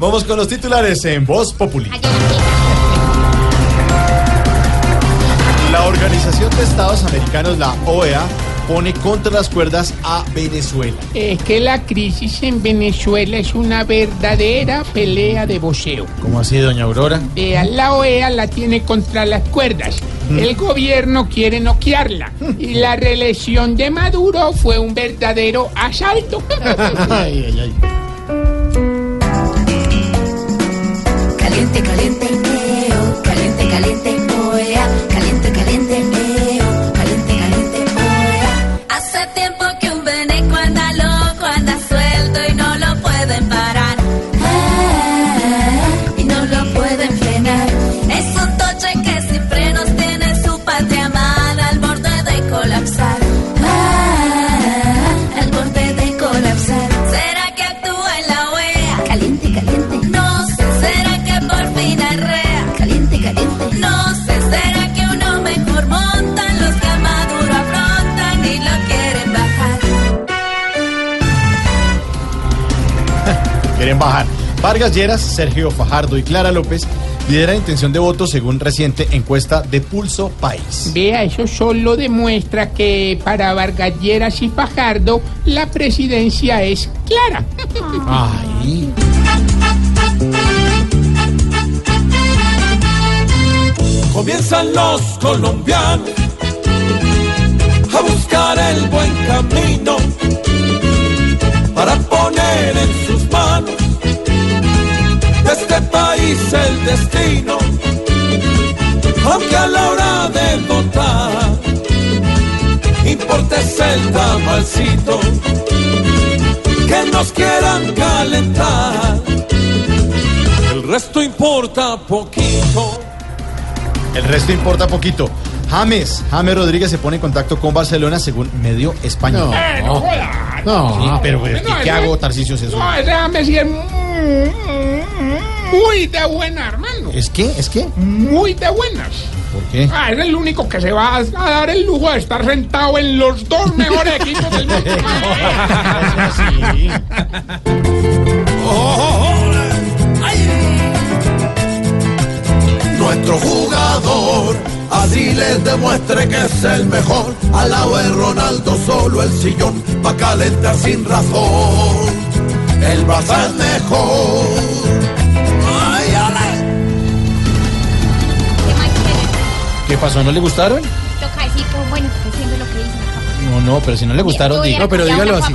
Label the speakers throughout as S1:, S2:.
S1: Vamos con los titulares en Voz Populi. La Organización de Estados Americanos, la OEA, pone contra las cuerdas a Venezuela.
S2: Es que la crisis en Venezuela es una verdadera pelea de boxeo.
S1: ¿Cómo así, doña Aurora?
S2: Vea, la OEA la tiene contra las cuerdas. El gobierno quiere noquearla. Y la reelección de Maduro fue un verdadero asalto.
S1: Ay, ay, ay.
S3: Caliente, caliente el peo, caliente, caliente OEA, caliente, caliente el peo, caliente, caliente OEA. Hace tiempo que un veneco anda loco, anda suelto y no lo pueden parar. Ah, y no lo pueden frenar. Es un toche que sin frenos tiene su patria mal al borde de colapsar. Ah, al borde de colapsar. ¿Será que actúa en la OEA? Caliente, caliente. No sé, ¿será que por fin arrea? Caliente, caliente. No sé, ¿será que uno mejor montan los que a Maduro afrontan y lo quieren bajar?
S1: Quieren bajar. Vargas Lleras, Sergio Fajardo y Clara López lideran intención de voto según reciente encuesta de Pulso País.
S2: Vea, eso solo demuestra que para Vargalleras y Fajardo la presidencia es clara.
S1: Ay.
S4: Comienzan los colombianos a buscar el buen camino para poner en sus manos de este país el destino. Aunque a la hora de votar importes el tamalcito que nos quieran calentar. El resto importa poquito.
S1: El resto importa poquito. James, James Rodríguez se pone en contacto con Barcelona según medio español.
S2: Eh, no jodas.
S1: Sí, pero
S2: no,
S1: ¿qué,
S2: no,
S1: qué
S2: no.
S1: hago, Tarcisio César?
S2: No, déjame decir, mm, mm, muy de buena, hermano.
S1: ¿Es que? ¿Es que?
S2: Muy de buenas.
S1: ¿Por qué?
S2: Ah, es el único que se va a dar el lujo de estar sentado en los dos mejores equipos del mundo.
S4: Nuestro jugador así les demuestre que es el mejor. Al lado de Ronaldo solo el sillón va a calentar sin razón. El Barça es mejor. Ay, ale.
S1: ¿Qué pasó? ¿No le gustaron?
S5: toca decir, pues, bueno, pues haciendo lo que dice.
S1: No, no, pero si no le gustaron, diga.
S5: No,
S6: pero dígalo así.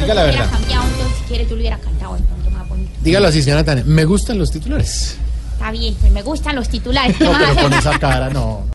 S1: Diga la verdad.
S5: Cambiado, entonces, si quiere, yo lo hubiera cantado de pronto más bonito.
S6: Dígalo así, señora Tania. Me gustan los titulares.
S5: Está bien, pues me gustan los titulares.
S1: No, pero con esa cara, no.